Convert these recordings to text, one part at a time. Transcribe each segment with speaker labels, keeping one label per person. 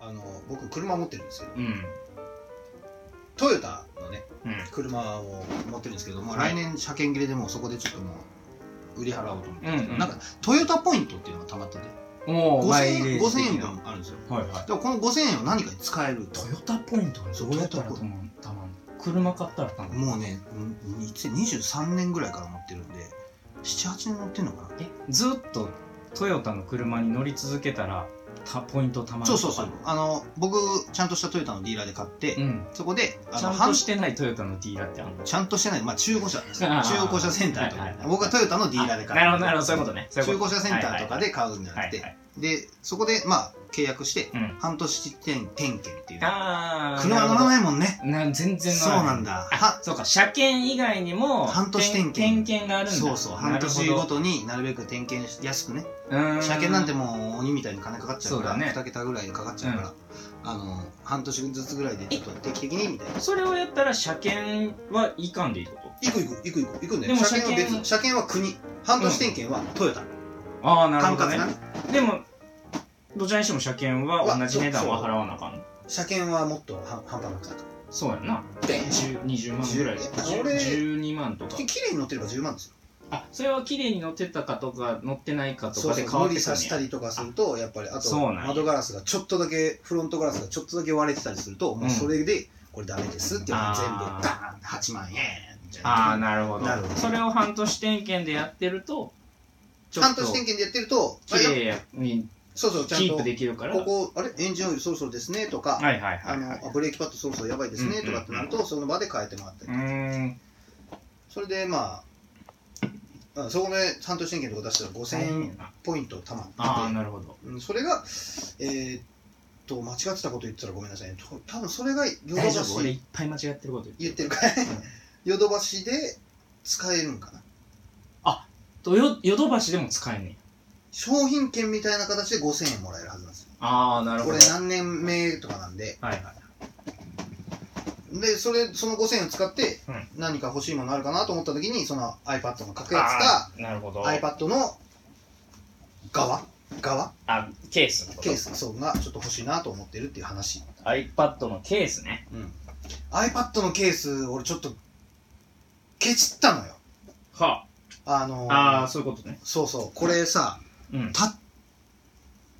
Speaker 1: あの僕車持ってるんですけど
Speaker 2: うん。
Speaker 1: トヨタのね
Speaker 2: うん。
Speaker 1: 車を持ってるんですけど、まあ、
Speaker 2: は
Speaker 1: 来
Speaker 2: い
Speaker 1: 年車検切れでもうそこでちょっともう売り払おうと思ってるんですけど、
Speaker 2: うんうん
Speaker 1: なんかトヨタポイントっていうのがたまってて
Speaker 2: お
Speaker 1: 5000円
Speaker 2: 五千
Speaker 1: 5000円
Speaker 2: は
Speaker 1: 分あるんですよ
Speaker 2: いはい。
Speaker 1: でもこの5000円を何かに使えると
Speaker 2: トヨタポイントはどうやったら
Speaker 1: そ
Speaker 2: た
Speaker 1: うト
Speaker 2: まんたまん車買ったらたまん
Speaker 1: もうねうんいつ23年ぐらいから持ってるんで78年乗ってんのかな
Speaker 2: えずっとトヨタの車に乗り続けたらたポイントたまる
Speaker 1: そうそうそうあの僕ちゃんとしたトヨタのディーラーで買って、
Speaker 2: うん
Speaker 1: そこであ
Speaker 2: ちゃ
Speaker 1: の
Speaker 2: んと
Speaker 1: 半
Speaker 2: してないトヨタの D だってあんの
Speaker 1: ちゃんとしてない、まあ、中古車中
Speaker 2: あー
Speaker 1: 古車センターとか、
Speaker 2: はいはい
Speaker 1: 僕はトヨタのディーラーで買っ
Speaker 2: な
Speaker 1: て
Speaker 2: るほどなるほどそういうことねそういう
Speaker 1: 中
Speaker 2: こ
Speaker 1: 古車センターとかで買うんじゃ
Speaker 2: と
Speaker 1: な
Speaker 2: は
Speaker 1: く
Speaker 2: い
Speaker 1: て、
Speaker 2: はい
Speaker 1: でそこでまあ契約して
Speaker 2: うん
Speaker 1: 半年点点検っていう
Speaker 2: ああ
Speaker 1: 車乗らないもんね
Speaker 2: な全然
Speaker 1: そう
Speaker 2: 乗らない
Speaker 1: なんだ
Speaker 2: あ
Speaker 1: は
Speaker 2: そうか車検以外にも
Speaker 1: 半年点検
Speaker 2: 点検があるんだ
Speaker 1: そうそう半年ご
Speaker 2: に
Speaker 1: とになるべく点検しやすくね
Speaker 2: 車
Speaker 1: 車検なんてもう鬼みたいに金かかっちゃうから
Speaker 2: そうだね
Speaker 1: 2桁ぐらいかかっちゃうから、あの半年ずつぐらいでちょっと定期的にみたいな
Speaker 2: それをやったら車検はいかんでいいこと
Speaker 1: 行く行く行く行く行くんだ
Speaker 2: で
Speaker 1: よ
Speaker 2: も
Speaker 1: 車検は
Speaker 2: 車
Speaker 1: 別
Speaker 2: 検
Speaker 1: 車検は国半年点検はトヨタ、
Speaker 2: ああなる
Speaker 1: 管
Speaker 2: ほど
Speaker 1: 轄
Speaker 2: ね
Speaker 1: がね
Speaker 2: でもどちらにしても車検は同じ値段は払わなあかん
Speaker 1: 車検はもっと半半端なくなっ
Speaker 2: そうやんな
Speaker 1: たで
Speaker 2: 10 20万ぐらい
Speaker 1: 10俺
Speaker 2: 10 12万とか
Speaker 1: き綺麗に乗ってれば10万ですよ
Speaker 2: あそれは綺麗に乗ってたかとか乗ってないかと
Speaker 1: そう
Speaker 2: か
Speaker 1: そ
Speaker 2: で
Speaker 1: う
Speaker 2: 変わ
Speaker 1: 乗
Speaker 2: って
Speaker 1: り
Speaker 2: くる
Speaker 1: さ
Speaker 2: ん
Speaker 1: し
Speaker 2: や
Speaker 1: たりとかするとやっぱりあ
Speaker 2: そう
Speaker 1: と
Speaker 2: なんや
Speaker 1: 窓ガラスがちょっとだけフロントガラスがちょっとだけ割れてたりすると、もうそれでこれダメですっていうのが全部
Speaker 2: あー
Speaker 1: ダーンって8万円みたい
Speaker 2: ああ
Speaker 1: な
Speaker 2: なるほど
Speaker 1: なるほど
Speaker 2: それを半年点検でやってるとちょっ
Speaker 1: 半
Speaker 2: と
Speaker 1: 年点検でやってると
Speaker 2: 綺麗に
Speaker 1: そうそうちゃ
Speaker 2: キ
Speaker 1: ん
Speaker 2: ープ
Speaker 1: と
Speaker 2: できるから
Speaker 1: ここあれエンジンオイルそろそろですねとか、
Speaker 2: はいはいは
Speaker 1: あ
Speaker 2: い
Speaker 1: の
Speaker 2: はい
Speaker 1: あブレーキパッドそろそろやばいですねとかってなると、その場で変えてもらって、
Speaker 2: うーん
Speaker 1: それでまあ、うんそこで半年点検とか出したら
Speaker 2: 大変や
Speaker 1: 5000
Speaker 2: な
Speaker 1: ポイントたまってて
Speaker 2: ああなるほど
Speaker 1: うんそれが、えーっと間違ってたこと言ってたらごめんなさいねと多分それがヨドバ
Speaker 2: 大丈夫俺い
Speaker 1: シ
Speaker 2: っぱい間違ってること言
Speaker 1: 言
Speaker 2: っ
Speaker 1: ってて
Speaker 2: る
Speaker 1: るからヨドバシで使えるんかな
Speaker 2: とよヨドバシでも使えんねん
Speaker 1: 商品券みたいな形で5000円もらえるはずなんですよ
Speaker 2: ああなるほ
Speaker 1: こ
Speaker 2: ど
Speaker 1: れ
Speaker 2: はい
Speaker 1: 何年目とかなんで
Speaker 2: はい
Speaker 1: でそれその5000円を使って
Speaker 2: うん
Speaker 1: 何か欲しいものあるかなと思った時にその iPad の格安か
Speaker 2: あーなるほど
Speaker 1: iPad の側側
Speaker 2: あケースのこと
Speaker 1: ケースそうがちょっと欲しいなと思ってるっていう話、
Speaker 2: iPad のケースね
Speaker 1: うん、iPad のケース俺ちょっとケチったのよ
Speaker 2: は
Speaker 1: あのー
Speaker 2: ああーそういうことね
Speaker 1: そうそうこれさ
Speaker 2: うん
Speaker 1: た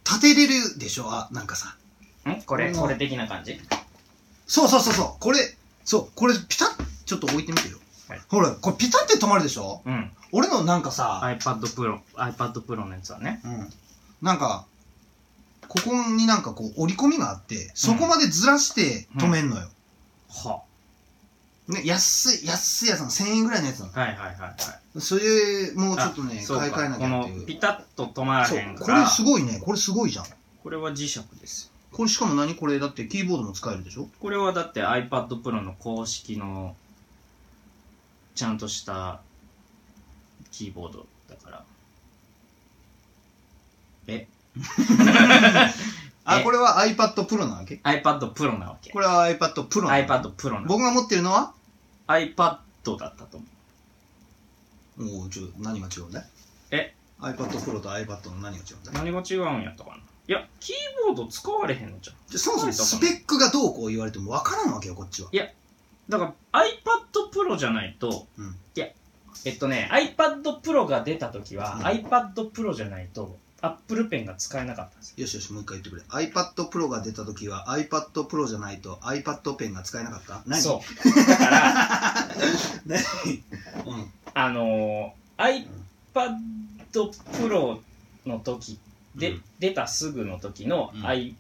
Speaker 1: 立てれるでしょあなんかさ
Speaker 2: んこれ
Speaker 1: この
Speaker 2: これ的な感じ
Speaker 1: そうそうそうそうこれそうこれピタッちょっと置いてみてよ、
Speaker 2: はい
Speaker 1: ほらこれピタって止まるでしょ
Speaker 2: うん
Speaker 1: 俺のなんかさ、
Speaker 2: iPad Pro iPad Pro のやつはね
Speaker 1: うん、なんかここになんかこう折り込みがあってそこまでずらして止めんのよ、
Speaker 2: は
Speaker 1: ね、安い安いやつなの1000円ぐらいのやつな
Speaker 2: はいはいはいはい
Speaker 1: のそれもうちょっとね
Speaker 2: あそうか
Speaker 1: 買い替えなきゃって
Speaker 2: こ
Speaker 1: い
Speaker 2: の
Speaker 1: う
Speaker 2: ピタッと止まら
Speaker 1: そう
Speaker 2: へん
Speaker 1: こ
Speaker 2: か
Speaker 1: れ
Speaker 2: ら
Speaker 1: すごいねこれすごいじゃん
Speaker 2: これは磁石です
Speaker 1: これしかも何これだってキーボードも使えるでしょ
Speaker 2: これはだって iPad Pro の公式のちゃんとしたキーボードだからえ
Speaker 1: あ
Speaker 2: え
Speaker 1: これは iPad Pro なわけ
Speaker 2: iPad Pro なわけ
Speaker 1: これは iPad Pro なの
Speaker 2: iPad Pro なの
Speaker 1: 僕が持ってるのは
Speaker 2: iPad だったと思う
Speaker 1: おおちょ何が違うんだい
Speaker 2: え
Speaker 1: iPad Pro と iPad の何が違うんだい
Speaker 2: 何が違うんやったかないやキーボード使われへんのじゃん
Speaker 1: じゃあそもそもスペックがどうこう言われても分からんわけよこっちは
Speaker 2: だから iPad Pro じゃないと、
Speaker 1: うん
Speaker 2: いやえっとね iPad Pro が出た時は、
Speaker 1: うん
Speaker 2: iPad Pro じゃないと Apple ペンが使えなかったんですよ
Speaker 1: よしよしもう一回言ってくれ iPad Pro が出た時は iPad Pro じゃないと iPad ペンが使えなかった何
Speaker 2: そうだから
Speaker 1: 何うん
Speaker 2: あのー iPad Pro の時で、
Speaker 1: うん
Speaker 2: 出たすぐの時の、
Speaker 1: うん
Speaker 2: i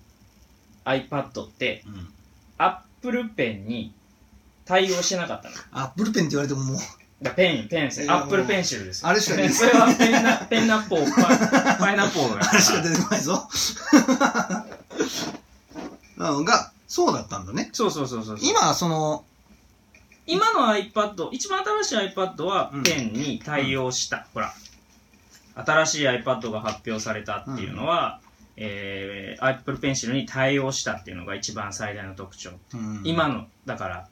Speaker 2: iPad って
Speaker 1: うん
Speaker 2: Apple ペンに対応してなかったの
Speaker 1: アップルペンって言われてももう
Speaker 2: だペン、ペンセ
Speaker 1: い
Speaker 2: ル、
Speaker 1: や
Speaker 2: アップルペンシルですよ。
Speaker 1: あれしか
Speaker 2: ペ
Speaker 1: 出
Speaker 2: ン
Speaker 1: て
Speaker 2: それはペンナ、ペンナッポー、パイパイナッポーだか
Speaker 1: 話が
Speaker 2: ら。
Speaker 1: 出てこな いぞなのがそうだったんだね
Speaker 2: そうそうそうそう。
Speaker 1: 今その
Speaker 2: 今の iPad、一番新しい iPad は
Speaker 1: うん
Speaker 2: ペンに対応した。ほら、新しい iPad が発表されたっていうのは、えー、Apple Pencil に対応したっていうのが一番最大の特徴。
Speaker 1: うん
Speaker 2: 今の、だから、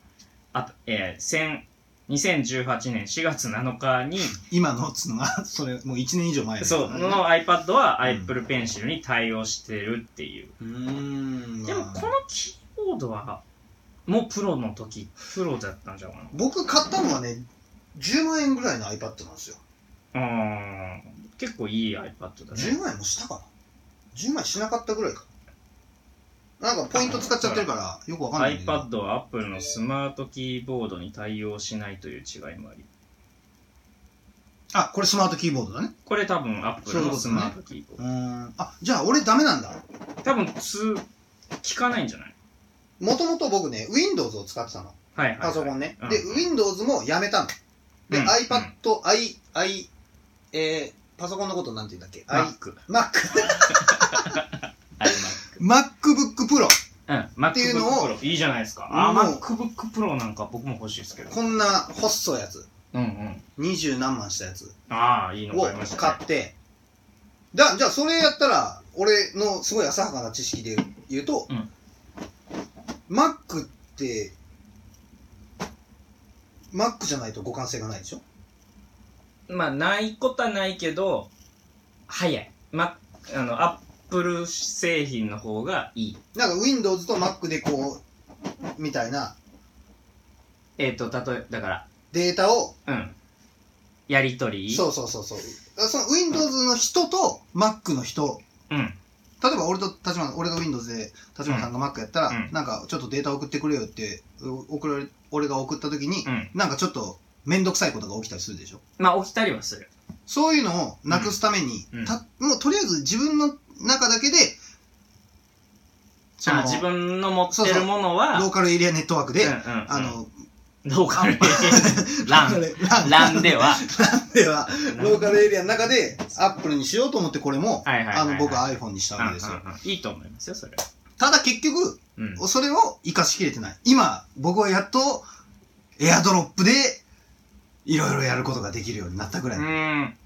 Speaker 2: あえー、 2018年4月7日に、
Speaker 1: 今のっつうのが、 それ、もう1年以上前だ
Speaker 2: そ
Speaker 1: よ
Speaker 2: う、
Speaker 1: ね
Speaker 2: の iPad は
Speaker 1: うん
Speaker 2: Apple Pencil に対応してるっていう。
Speaker 1: うーん。
Speaker 2: でも、このキーボードは、もうプロの時、プロだったんじゃないか
Speaker 1: 僕買ったのはね、10万円ぐらいの iPad なんですよ。
Speaker 2: な。うーん。結構いい iPad だ
Speaker 1: 10
Speaker 2: ね。
Speaker 1: 万円もしたかな ?10 万円しなかったぐらいか。なんかポイント使っちゃってるから、よくわかんないんだけ
Speaker 2: iPad
Speaker 1: ど。
Speaker 2: は Apple のスマートキーボードに対応しないという違いもあり。
Speaker 1: あ、これスマートキーボードだね。
Speaker 2: これ多分
Speaker 1: そう
Speaker 2: Apple
Speaker 1: いう
Speaker 2: の
Speaker 1: こと
Speaker 2: ス
Speaker 1: ね
Speaker 2: マートキーボー
Speaker 1: う
Speaker 2: ド。
Speaker 1: ーん。あ、じゃあ俺ダメなんだ。
Speaker 2: 多分、通、聞かないんじゃない
Speaker 1: もともと僕ね、Windows を使ってたの。
Speaker 2: はいはい、はい。
Speaker 1: パソコンね。
Speaker 2: うん
Speaker 1: で、Windows もやめたの。で、
Speaker 2: うん
Speaker 1: iPad、i、i、えー、パソコンのことなんて言うんだっけ ?i、
Speaker 2: Mac。
Speaker 1: Mac。
Speaker 2: iMac。
Speaker 1: MacBook Pro。
Speaker 2: うん。MacBook
Speaker 1: ていうのを
Speaker 2: Pro。いいじゃないですか。あ、
Speaker 1: もう
Speaker 2: MacBook Pro なんか僕も欲しいですけど。
Speaker 1: こんな細いやつ。
Speaker 2: うんうん。
Speaker 1: 二十何万したやつ
Speaker 2: ああ、いいの
Speaker 1: を
Speaker 2: 買いました、
Speaker 1: 買
Speaker 2: ね。
Speaker 1: って。だじゃあ、それやったら、俺のすごい浅はかな知識で言うと、
Speaker 2: うん
Speaker 1: Mac って、Mac じゃないと互換性がないでしょ
Speaker 2: まあ、ないことはないけど、早い。ま、あの、Apple 製品の方がいい。
Speaker 1: なんか Windows と Mac でこう、みたいな
Speaker 2: えっ、ー、と、例え、だか
Speaker 1: データを、
Speaker 2: ら、うん。やりとり
Speaker 1: そうそうそうそう。その Windows の人と Mac の人、
Speaker 2: う。うん。
Speaker 1: 例えば俺と立花、俺が Windows で立花さんが Mac やったら、
Speaker 2: うん
Speaker 1: なんかちょっとデータ送ってくれよって、う送られ、俺が送った時に、
Speaker 2: うん。
Speaker 1: なんかちょっと面倒くさいことが起きたりするでしょ
Speaker 2: まあ、起きたりはする。
Speaker 1: そういうのをなくすために、
Speaker 2: うん
Speaker 1: たもうとりあえず自分の中だけでその
Speaker 2: あ自分の持ってるものは、
Speaker 1: ローカルエリアネットワークで、
Speaker 2: うんうんうん
Speaker 1: あ、の
Speaker 2: ローカ ルラン、
Speaker 1: ラン
Speaker 2: ランでは、
Speaker 1: ではローカルエリアの中でアップルにしようと思ってこれも、
Speaker 2: はいはいはいはい
Speaker 1: あの僕は iPhone にしたわけですよ、
Speaker 2: うんうんうんいいと思いますよ、それは。
Speaker 1: ただ結局
Speaker 2: うん。
Speaker 1: それを活かしきれてない今僕はやっとエアドロップでいろいろやることができるようになったぐらい、
Speaker 2: うん。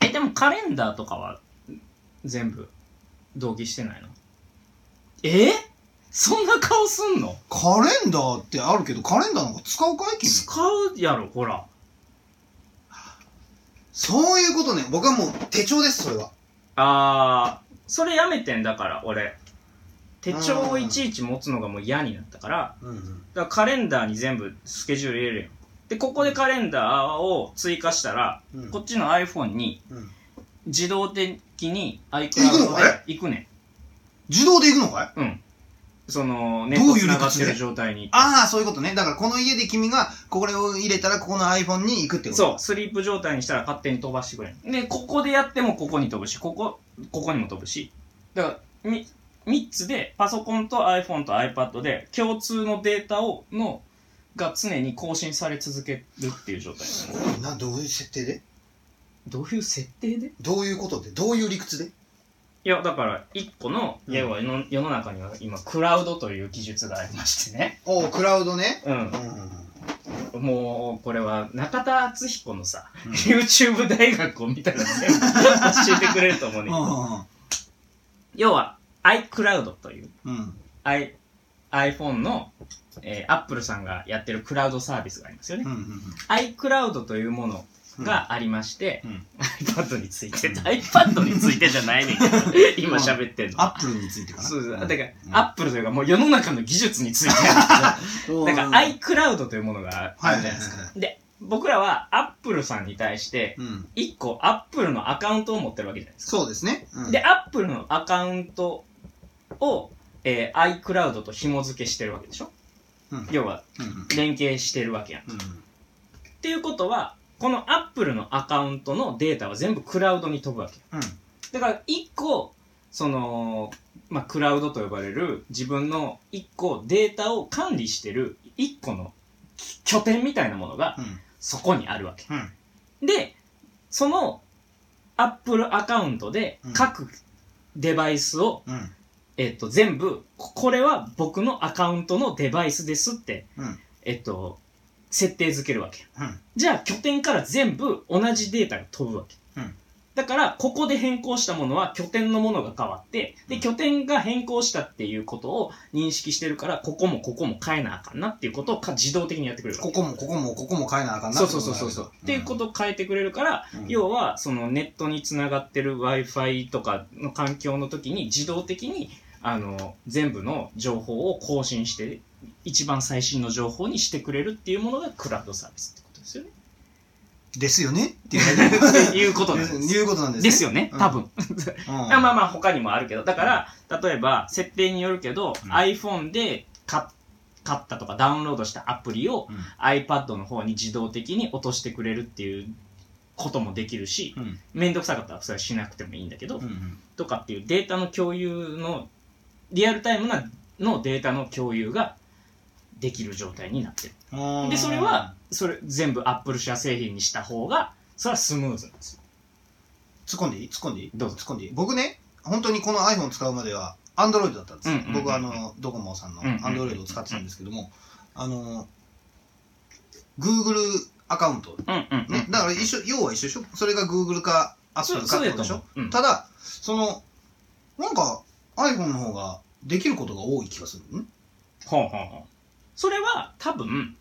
Speaker 2: え、でもカレンダーとかは全部同期してないのえそんな顔すんの
Speaker 1: カレンダーってあるけどカレンダーなんか使うかい君
Speaker 2: 使うやろ、ほら。
Speaker 1: そういうことね。僕はもう手帳です、それは。
Speaker 2: あー、それやめてんだから、俺。手帳をいちいち持つのがもう嫌になったから、
Speaker 1: うんうん。
Speaker 2: だからカレンダーに全部スケジュール入れるよ。で、ここでカレンダーを追加したら、
Speaker 1: うん
Speaker 2: こっちの iPhone に
Speaker 1: うん
Speaker 2: 自動的に iCloud
Speaker 1: 行くの
Speaker 2: で行くねん。
Speaker 1: 自動で行くのかい
Speaker 2: うん。その、ネッ
Speaker 1: ど
Speaker 2: ト
Speaker 1: ういう理
Speaker 2: 繋
Speaker 1: 屈で
Speaker 2: がってる状態に。
Speaker 1: ああ、そういうことね。だからこの家で君がこれを入れたらここの iPhone に行くってこと。
Speaker 2: そう、スリープ状態にしたら勝手に飛ばしてくれる。で、ここでやってもここに飛ぶし、ここ、ここにも飛ぶし。だから、み、3つで、パソコンと iPhone と iPad で、共通のデータを、の、が常に更新され続けるっていう状態。
Speaker 1: すごいな、どういう設定で
Speaker 2: どういう設定で
Speaker 1: どういうことでどういう理屈で
Speaker 2: いや、だから、1個の、
Speaker 1: うん
Speaker 2: 要は世の世の中には今、クラウドという技術がありましてね。
Speaker 1: おお、クラウドね。
Speaker 2: うん
Speaker 1: う。んうんうん。
Speaker 2: もう、これは、中田敦彦のさ、
Speaker 1: うん
Speaker 2: YouTube 大学を見たら全部教えてくれると思うね。要は iCloud という
Speaker 1: うんうん。
Speaker 2: I iPhone の、えー、Apple さんがやってるクラウドサービスがありますよね、
Speaker 1: うんうんうん。
Speaker 2: iCloud というものがありまして、
Speaker 1: うん
Speaker 2: iPad について、
Speaker 1: うん
Speaker 2: iPad についてじゃないねんけど今喋ってんの、
Speaker 1: アップルについてかな。
Speaker 2: そうだから、
Speaker 1: ん
Speaker 2: Apple というかもう世の中の技術についてなん です
Speaker 1: うん
Speaker 2: けどだから iCloud というものがあ
Speaker 1: は
Speaker 2: る
Speaker 1: いはい
Speaker 2: じゃ
Speaker 1: はい
Speaker 2: ない
Speaker 1: は
Speaker 2: ですか、
Speaker 1: い。
Speaker 2: で僕らは Apple さんに対して
Speaker 1: うん。
Speaker 2: 1個 Apple のアカウントを持ってるわけじゃないですか
Speaker 1: そうですね。うん
Speaker 2: で、アップルのアカウントを、えー iCloud と紐付けしてるわけでしょ、
Speaker 1: うん
Speaker 2: 要は、
Speaker 1: うんうん
Speaker 2: 連携してるわけやん。っ
Speaker 1: うん
Speaker 2: ていうことは、このアップルのアカウントのデータは全部クラウドに飛ぶわけよ。
Speaker 1: うん。
Speaker 2: だから、一個、その、まあ、クラウドと呼ばれる自分の一個データを管理してる一個のき拠点みたいなものが
Speaker 1: うん
Speaker 2: そこにあるわけ。
Speaker 1: うん
Speaker 2: で、そのアップルアカウントで
Speaker 1: うん
Speaker 2: 各デバイスを
Speaker 1: うん
Speaker 2: えっと、全部、ここれは僕のアカウントのデバイスですって、
Speaker 1: うん
Speaker 2: えっと、設定づけるわけ。
Speaker 1: うん
Speaker 2: じゃあ、拠点から全部同じデータが飛ぶわけ。
Speaker 1: うん
Speaker 2: だから、ここで変更したものは拠点のものが変わって、
Speaker 1: う
Speaker 2: で、
Speaker 1: ん
Speaker 2: 拠点が変更したっていうことを認識してるから、ここもここも変えなあかんなっていうことをか自動的にやってくれるわ
Speaker 1: こ
Speaker 2: け。
Speaker 1: こもここもここも変えなあかんな
Speaker 2: そうそうそうそうそう。っていうこととを変えてくれるから、
Speaker 1: になる、うん
Speaker 2: 要は、そのネットにつながってる Wi-Fi とかの環境の時に自動的に、あの、全部の情報を更新して、一番最新の情報にしてくれるっていうものがクラウドサービスってこと ですよね。
Speaker 1: ですよねっていう
Speaker 2: っていうことなん です。
Speaker 1: いうことなんです、ね。
Speaker 2: ですよね、多分。
Speaker 1: うん。
Speaker 2: あまあまあ他にもあるけど、だから、例えば、設定によるけど、
Speaker 1: うん
Speaker 2: iPhone で買買ったとかダウンロードしたアプリを
Speaker 1: うん
Speaker 2: iPad の方に自動的に落としてくれるっていうこともできるし、
Speaker 1: うん
Speaker 2: めんどくさかったらそれはしなくてもいいんだけど、
Speaker 1: うんうん
Speaker 2: とかっていうデータの共有の、リアルタイムなのデータの共有ができる状態になってる。
Speaker 1: あー
Speaker 2: で、それは、それ全部 Apple 社製品にした方が、それはスムーズなんですよ。
Speaker 1: 突っ込んでいい突っ込んでいい
Speaker 2: どうぞ
Speaker 1: 突っ込んでいい僕ね本当にこの iPhone を使うまでは Android だったんです、
Speaker 2: うんうんうん
Speaker 1: 僕はあのドコモさんの
Speaker 2: うんうん
Speaker 1: Android を使ってたんですけども、あの Google アカウント、
Speaker 2: うんうん、うん
Speaker 1: ね、だから一緒要は一緒でしょそれが Google か Apple かってことでしょ
Speaker 2: うん
Speaker 1: ただそのなんか iPhone の方ができることが多い気がするん
Speaker 2: ほうほうほうそれは多分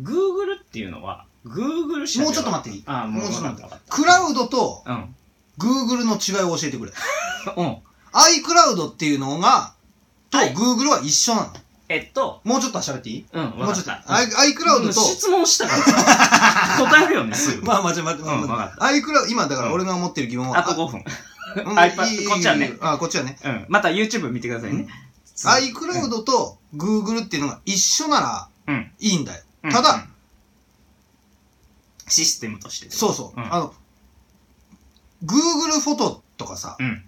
Speaker 2: Google っていうのは Google 社では
Speaker 1: もうちょっと待っていい
Speaker 2: ああもう
Speaker 1: もうちょっと待
Speaker 2: 分かった
Speaker 1: クラウドと
Speaker 2: うん
Speaker 1: Google の違いを教えてくれ
Speaker 2: うん
Speaker 1: iCloud っていうのがと
Speaker 2: はい
Speaker 1: Google は一緒なの
Speaker 2: えっと
Speaker 1: もうちょっと喋っていい
Speaker 2: うん
Speaker 1: も
Speaker 2: 分
Speaker 1: う
Speaker 2: か
Speaker 1: ちょ
Speaker 2: っ
Speaker 1: っと
Speaker 2: た
Speaker 1: i- iCloud と
Speaker 2: 質問したから答えるよねすぐ、
Speaker 1: まあ、待って待って
Speaker 2: うん分
Speaker 1: 待っ
Speaker 2: か
Speaker 1: て。アイクラウ今、だか
Speaker 2: うん
Speaker 1: ら俺が思ってる疑問は。
Speaker 2: ったあと5分
Speaker 1: うん
Speaker 2: iPad
Speaker 1: いいいい
Speaker 2: こっちはね
Speaker 1: あ、こっちはね。
Speaker 2: うんまた YouTube 見てくださいね、
Speaker 1: アイクラウドと Google っていうのが一緒な
Speaker 2: う
Speaker 1: ら
Speaker 2: ん
Speaker 1: いいんだよ。
Speaker 2: うん
Speaker 1: ただ
Speaker 2: うんシステムとして
Speaker 1: そうそう。
Speaker 2: うん
Speaker 1: あの、Google フォトとかさ、
Speaker 2: うん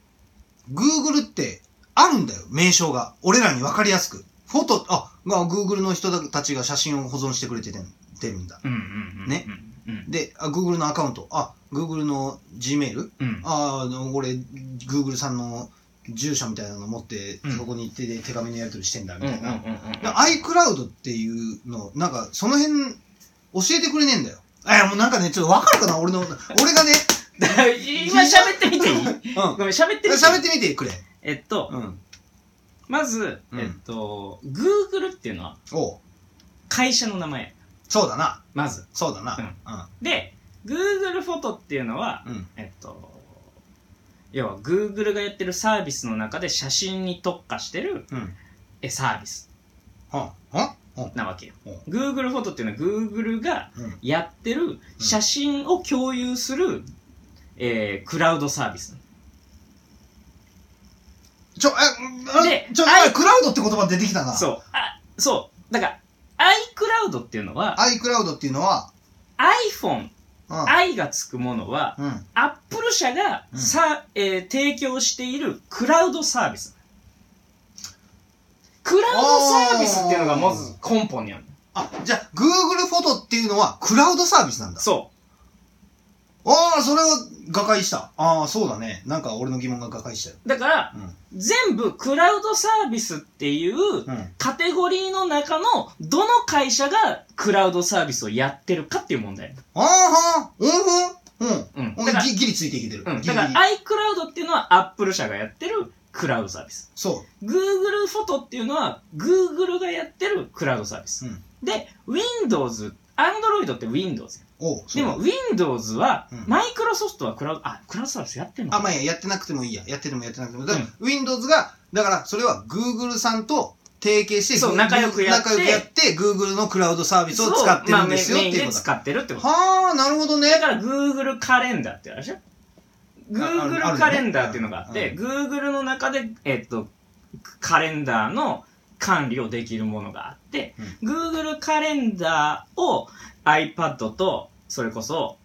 Speaker 1: Google ってあるんだよ、名称が。俺らにわかりやすく。フォト、あ、まあ、Google の人たちが写真を保存してくれてててるんだ。
Speaker 2: うんうんうん
Speaker 1: ね
Speaker 2: うん
Speaker 1: で、あ Google のアカウント、あ、Google の Gmail?
Speaker 2: うん
Speaker 1: ああの俺 Google さんの住所みたいなの持って、
Speaker 2: うん
Speaker 1: そこに行って手紙のやり取りしてんだみたいな、
Speaker 2: うんうん
Speaker 1: で iCloud っていうのなんかその辺教えてくれねえんだよえもうなんかねちょっとわかるかな俺の俺がね
Speaker 2: 今喋ってみていい
Speaker 1: うん
Speaker 2: ごめん喋ってみていい
Speaker 1: 喋ってみてくれ
Speaker 2: えっと、
Speaker 1: うん
Speaker 2: まず、
Speaker 1: うん
Speaker 2: えっと、Google っていうのは
Speaker 1: おう
Speaker 2: 会社の名前。
Speaker 1: そうだな
Speaker 2: まず。
Speaker 1: そうだな
Speaker 2: で、Google フォトっていうのは、
Speaker 1: うんうん
Speaker 2: えっと、要は Google がやってるサービスの中で写真に特化してる
Speaker 1: うんうん
Speaker 2: えサービス
Speaker 1: はんはんはん
Speaker 2: なわけよ
Speaker 1: うん。
Speaker 2: Google フォトっていうのは Google が
Speaker 1: うん
Speaker 2: やってる写真を共有する、えークラウドサービス。
Speaker 1: ちょえうん
Speaker 2: で
Speaker 1: ちょ
Speaker 2: i-
Speaker 1: あクラウドって言葉出てきたな
Speaker 2: そう。あ、そう。だから、iCloud っていうのは
Speaker 1: iCloud っていうのは
Speaker 2: iPhone、
Speaker 1: うん
Speaker 2: i がつくものは
Speaker 1: うん
Speaker 2: アップル社が
Speaker 1: うん
Speaker 2: さ、えー提供しているクラウドサービス。クラウドサービスっていうのがまず根本にある。
Speaker 1: あじゃあ Google フォトっていうのはクラウドサービスなんだ
Speaker 2: そ
Speaker 1: ああ、それを瓦解した。ああ、そうだね。なんか俺の疑問が瓦解したよ。
Speaker 2: う。だから、
Speaker 1: うん
Speaker 2: 全部クラウドサービスっていう
Speaker 1: うん。
Speaker 2: カテゴリーの中のどの会社がクラウドサービスをやってるかっていう問題。
Speaker 1: ああ、はん、うんふん。うん。
Speaker 2: うん。だ
Speaker 1: 俺
Speaker 2: から、
Speaker 1: ギギリついていけてる。
Speaker 2: うん、
Speaker 1: ギリ
Speaker 2: だ
Speaker 1: ギ
Speaker 2: から
Speaker 1: リ。
Speaker 2: iCloud っていうのはアップル社がやってるクラウドサービス。
Speaker 1: そ
Speaker 2: Google フォトっていうのは Google がやってるクラウドサービス。
Speaker 1: うん
Speaker 2: で、Windows、Android って Windows
Speaker 1: う。おう、そ
Speaker 2: で
Speaker 1: うだ
Speaker 2: も Windows は
Speaker 1: うん、
Speaker 2: マイクロソフトはクラウド、あ、クラウドサービスやってんのか
Speaker 1: あ、まあいいや、やってなくてもいいや。やっててもやってなくても。だから、Windows が、だからそれは Google さんと提携して、
Speaker 2: そう
Speaker 1: Google-
Speaker 2: 仲良くやって
Speaker 1: 仲良くやって、Google のクラウドサービスを使ってるんですよっ
Speaker 2: そうまあメイン
Speaker 1: ていう
Speaker 2: で
Speaker 1: ことだ。
Speaker 2: 使ってるってこと。
Speaker 1: はあ、なるほどね。
Speaker 2: だから Google カレンダーってあるでしょ
Speaker 1: あるあ
Speaker 2: ?Google
Speaker 1: る
Speaker 2: カレンダーっていうのがあって、
Speaker 1: う
Speaker 2: Google の中で、えっと、カレンダーの管理をできるものがあって、Google カレンダーを iPad と、それこそ、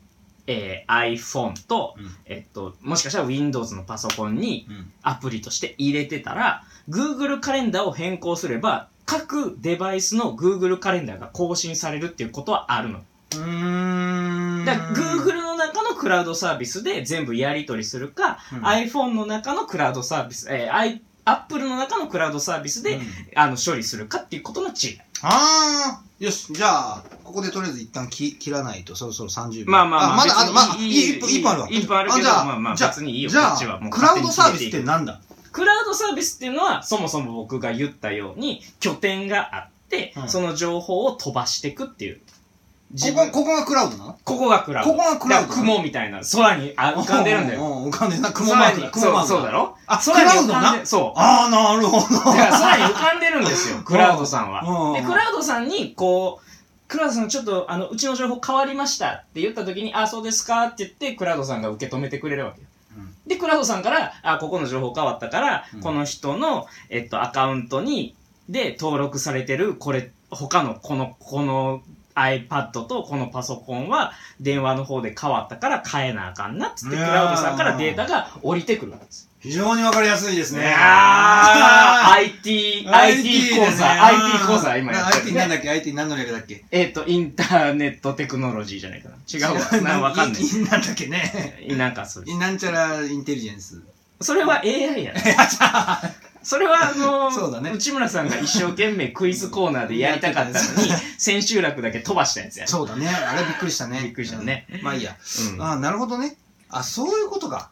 Speaker 2: えー iPhone と、
Speaker 1: うん
Speaker 2: えっと、もしかしたら Windows のパソコンに
Speaker 1: うん。
Speaker 2: アプリとして入れてたら、Google カレンダーを変更すれば、各デバイスの Google カレンダーが更新されるっていうことはあるの。
Speaker 1: うーん。
Speaker 2: だから Google の中のクラウドサービスで全部やり取りするか、
Speaker 1: うん
Speaker 2: iPhone の中のクラウドサービス、えー、i アップルの中のクラウドサービスで、
Speaker 1: うん
Speaker 2: あの、処理するかっていうことの違い。
Speaker 1: ああ、よし、じゃあ、ここでとりあえず一旦き切らないと、そろそろ30秒。
Speaker 2: まあまあまあ。
Speaker 1: まだ、あの、まあ、
Speaker 2: 別
Speaker 1: い
Speaker 2: に
Speaker 1: い、一本一本あるわ。
Speaker 2: 一本あるけど、
Speaker 1: じゃ
Speaker 2: まあまあ、
Speaker 1: じゃ
Speaker 2: 別にいいよ、
Speaker 1: じゃ
Speaker 2: こっちは。
Speaker 1: あ
Speaker 2: もう、
Speaker 1: クラウドサービスっ
Speaker 2: 勝手
Speaker 1: て
Speaker 2: に決めいい
Speaker 1: なんだ
Speaker 2: クラウドサービスっていうのは、そもそも僕が言ったように、拠点があって、
Speaker 1: うん
Speaker 2: その情報を飛ばしていくっていう。自
Speaker 1: こ
Speaker 2: 分
Speaker 1: こ、
Speaker 2: こ
Speaker 1: ここがクラウドなの
Speaker 2: こがクラウド。
Speaker 1: ここがクラウド
Speaker 2: だから雲みたいな、空にあ浮かんでるんだ よ。
Speaker 1: ううう浮かんでるな、雲マーク
Speaker 2: 空
Speaker 1: だ、
Speaker 2: に
Speaker 1: 雲マーク
Speaker 2: そうそうだろ
Speaker 1: あ、ク
Speaker 2: 空に
Speaker 1: ラウ
Speaker 2: 浮
Speaker 1: ド
Speaker 2: かん
Speaker 1: な
Speaker 2: で、そう。
Speaker 1: ああ、なるほ
Speaker 2: だから
Speaker 1: ど。
Speaker 2: 空に浮かんでるんですよ、クラウドさんは。
Speaker 1: うん
Speaker 2: で、クラウドさんに、こう、クラウドさんちょっと、あの、うちの情報変わりましたって言った時に、あ、そうですかって言って、クラウドさんが受け止めてくれるわけよ。
Speaker 1: うん
Speaker 2: で、クラウドさんから、あ、ここの情報変わったから、
Speaker 1: うん
Speaker 2: この人の、えっと、アカウントに、で、登録されてる、これ、他の、この、この iPad とこのパソコンは、電話の方で変わったから変えなあかんなっつって、
Speaker 1: い
Speaker 2: ク
Speaker 1: やー
Speaker 2: ラウドさんからデータが降りてくるわけです。
Speaker 1: 非常にわかりやすいですね。
Speaker 2: あー
Speaker 1: IT
Speaker 2: IT、IT 講
Speaker 1: ですね
Speaker 2: 座、IT 講座、今やってる
Speaker 1: IT なんだっけ ?IT 何の略だっけ
Speaker 2: えっ、と、インターネットテクノロジーじゃないかな。違 うわ。なわかんない。
Speaker 1: い。なんだっけね。
Speaker 2: なんかそれ。
Speaker 1: なんちゃらインテリジェンス。
Speaker 2: それは AI やな。 それはあの
Speaker 1: そうだね
Speaker 2: 内村さんが一生懸命クイズコーナーでやりたかったのに、 千秋楽だけ飛ばしたやつやな。
Speaker 1: そうだね。あれびっくりしたね。
Speaker 2: びっくりしたね
Speaker 1: うん。まあいいや。
Speaker 2: うん
Speaker 1: ああ、なるほどね。あ、そういうことか。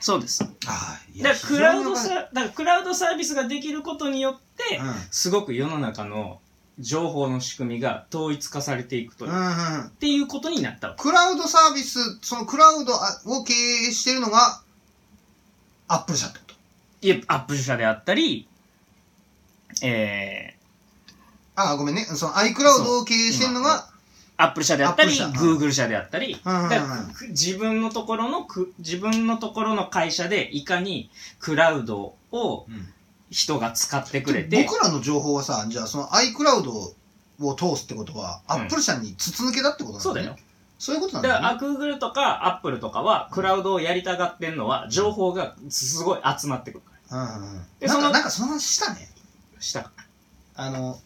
Speaker 2: そうです。だ
Speaker 1: ああ、い
Speaker 2: から
Speaker 1: や
Speaker 2: クラウドサ
Speaker 1: 非常にわ
Speaker 2: だか
Speaker 1: か
Speaker 2: らクラウドサービスができることによって、
Speaker 1: る
Speaker 2: すごく世の中の情報の仕組みが統一化されていくと、
Speaker 1: うん。う
Speaker 2: っ
Speaker 1: んうんうん。
Speaker 2: ていうことになったわけ。
Speaker 1: クラウドサービス、そのクラウドを経営してるのが、アップル社ってこと。
Speaker 2: いや、アップル社であったり、えー、
Speaker 1: ああ、ごめんね。その iCloud を経営してるのが、
Speaker 2: アップル社であったり、
Speaker 1: Apple 社
Speaker 2: グーグル社であったり、
Speaker 1: うんうんうん
Speaker 2: だからく自分のところのく、自分のところの会社でいかにクラウドを人が使ってくれて、
Speaker 1: 僕らの情報はさ、じゃあその iCloud を通すってことは、
Speaker 2: うん
Speaker 1: アップル社に筒抜けだってことなん
Speaker 2: そうだよ。。
Speaker 1: そういうことな
Speaker 2: だ
Speaker 1: ん
Speaker 2: か
Speaker 1: だよ、ね。
Speaker 2: ら、あグーグルとかアップルとかは、クラウドをやりたがってんのは、情報がすごい集まってくるから。
Speaker 1: うんうんうん
Speaker 2: で
Speaker 1: なん
Speaker 2: その
Speaker 1: か、なんかその話したね。
Speaker 2: したから
Speaker 1: あの、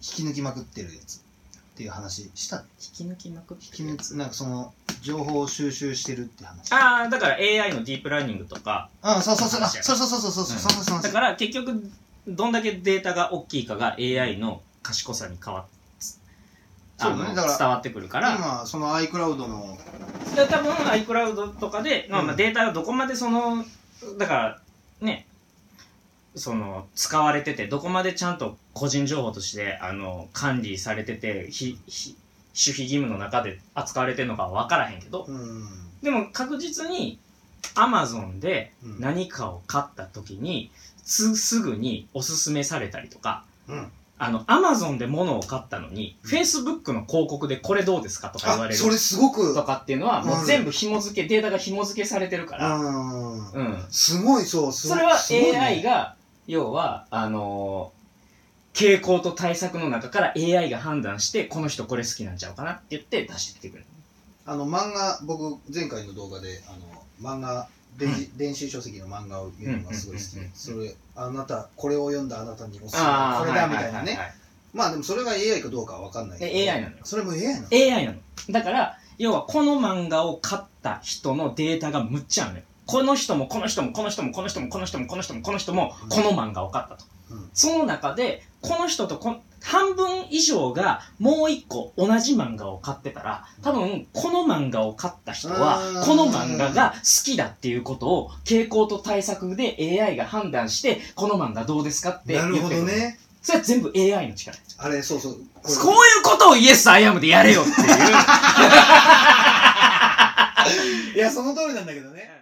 Speaker 1: 引き抜きまくってるやつっていう話したね。
Speaker 2: 引き抜きまくって
Speaker 1: 引き抜き、なんかその、情報を収集してるって話。
Speaker 2: ああ、だから AI のディープラーニングとか、
Speaker 1: うん、そうそうそう、あ
Speaker 2: 話や
Speaker 1: そうそうそうそうそう、そうそうそう。
Speaker 2: だから結局、どんだけデータが大きいかが AI の賢さに変わっあの
Speaker 1: そうだねだから
Speaker 2: 伝わってくるから、
Speaker 1: 今、その iCloud の、
Speaker 2: で多分 iCloud とかで、まあ、ま
Speaker 1: う
Speaker 2: あ
Speaker 1: ん
Speaker 2: データがどこまでそのだからねその使われててどこまでちゃんと個人情報としてあの管理されててひひ守秘義務の中で扱われてるのかは分からへんけど
Speaker 1: うん、
Speaker 2: でも確実に Amazon で
Speaker 1: うん
Speaker 2: 何かを買った時にすすぐにおすすめされたりとか
Speaker 1: うん。
Speaker 2: あの Amazon で物を買ったのに Facebook の広告でこれどうですかとか言わ
Speaker 1: あ、
Speaker 2: れる
Speaker 1: それすごく、
Speaker 2: とかっていうのは、も
Speaker 1: うん
Speaker 2: う全部紐付け、データが紐付けされてるから、
Speaker 1: うん。
Speaker 2: うん。
Speaker 1: すごい、そう、すご
Speaker 2: そ
Speaker 1: い
Speaker 2: れは
Speaker 1: すごいね
Speaker 2: AI が、要は、あのー傾向と対策の中から AI が判断して、この人これ好きなんちゃうかなって言って出してきてくれる。
Speaker 1: あの、漫画、僕、前回の動画で、あの、漫画、電子電子書籍の漫画を見るのがすごい好き
Speaker 2: うんうんうん
Speaker 1: で
Speaker 2: うん
Speaker 1: それ、あなた、これを読んだあなたにおすすめ、
Speaker 2: ああ、
Speaker 1: これだ、みたいな
Speaker 2: はは
Speaker 1: ね。
Speaker 2: は
Speaker 1: まあでもそれが AI かどうかは分かんないけど。
Speaker 2: え AI なのよ
Speaker 1: それも AI なの
Speaker 2: いはい。AI なの。だから、要はこの漫画を買った人のデータがむっちゃあるのよ。この人もこの人もこの人もこの人もこの人もこの人もこの人も
Speaker 1: うん
Speaker 2: この漫画を買ったと。
Speaker 1: うん
Speaker 2: その中で、この人とこん半分以上がもう一個同じ漫画を買ってたら、多分この漫画を買った人は
Speaker 1: うん、
Speaker 2: この漫画が好きだっていうことを傾向と対策で AI が判断して、この漫画どうですかって言
Speaker 1: な
Speaker 2: って
Speaker 1: るほ
Speaker 2: く
Speaker 1: ど
Speaker 2: る。
Speaker 1: ね。
Speaker 2: それは全部 AI の力。
Speaker 1: あれ、そうそう。これ
Speaker 2: こういうことをイエス・アイアムでやれよっていう。
Speaker 1: いや、その通りなんだけどね。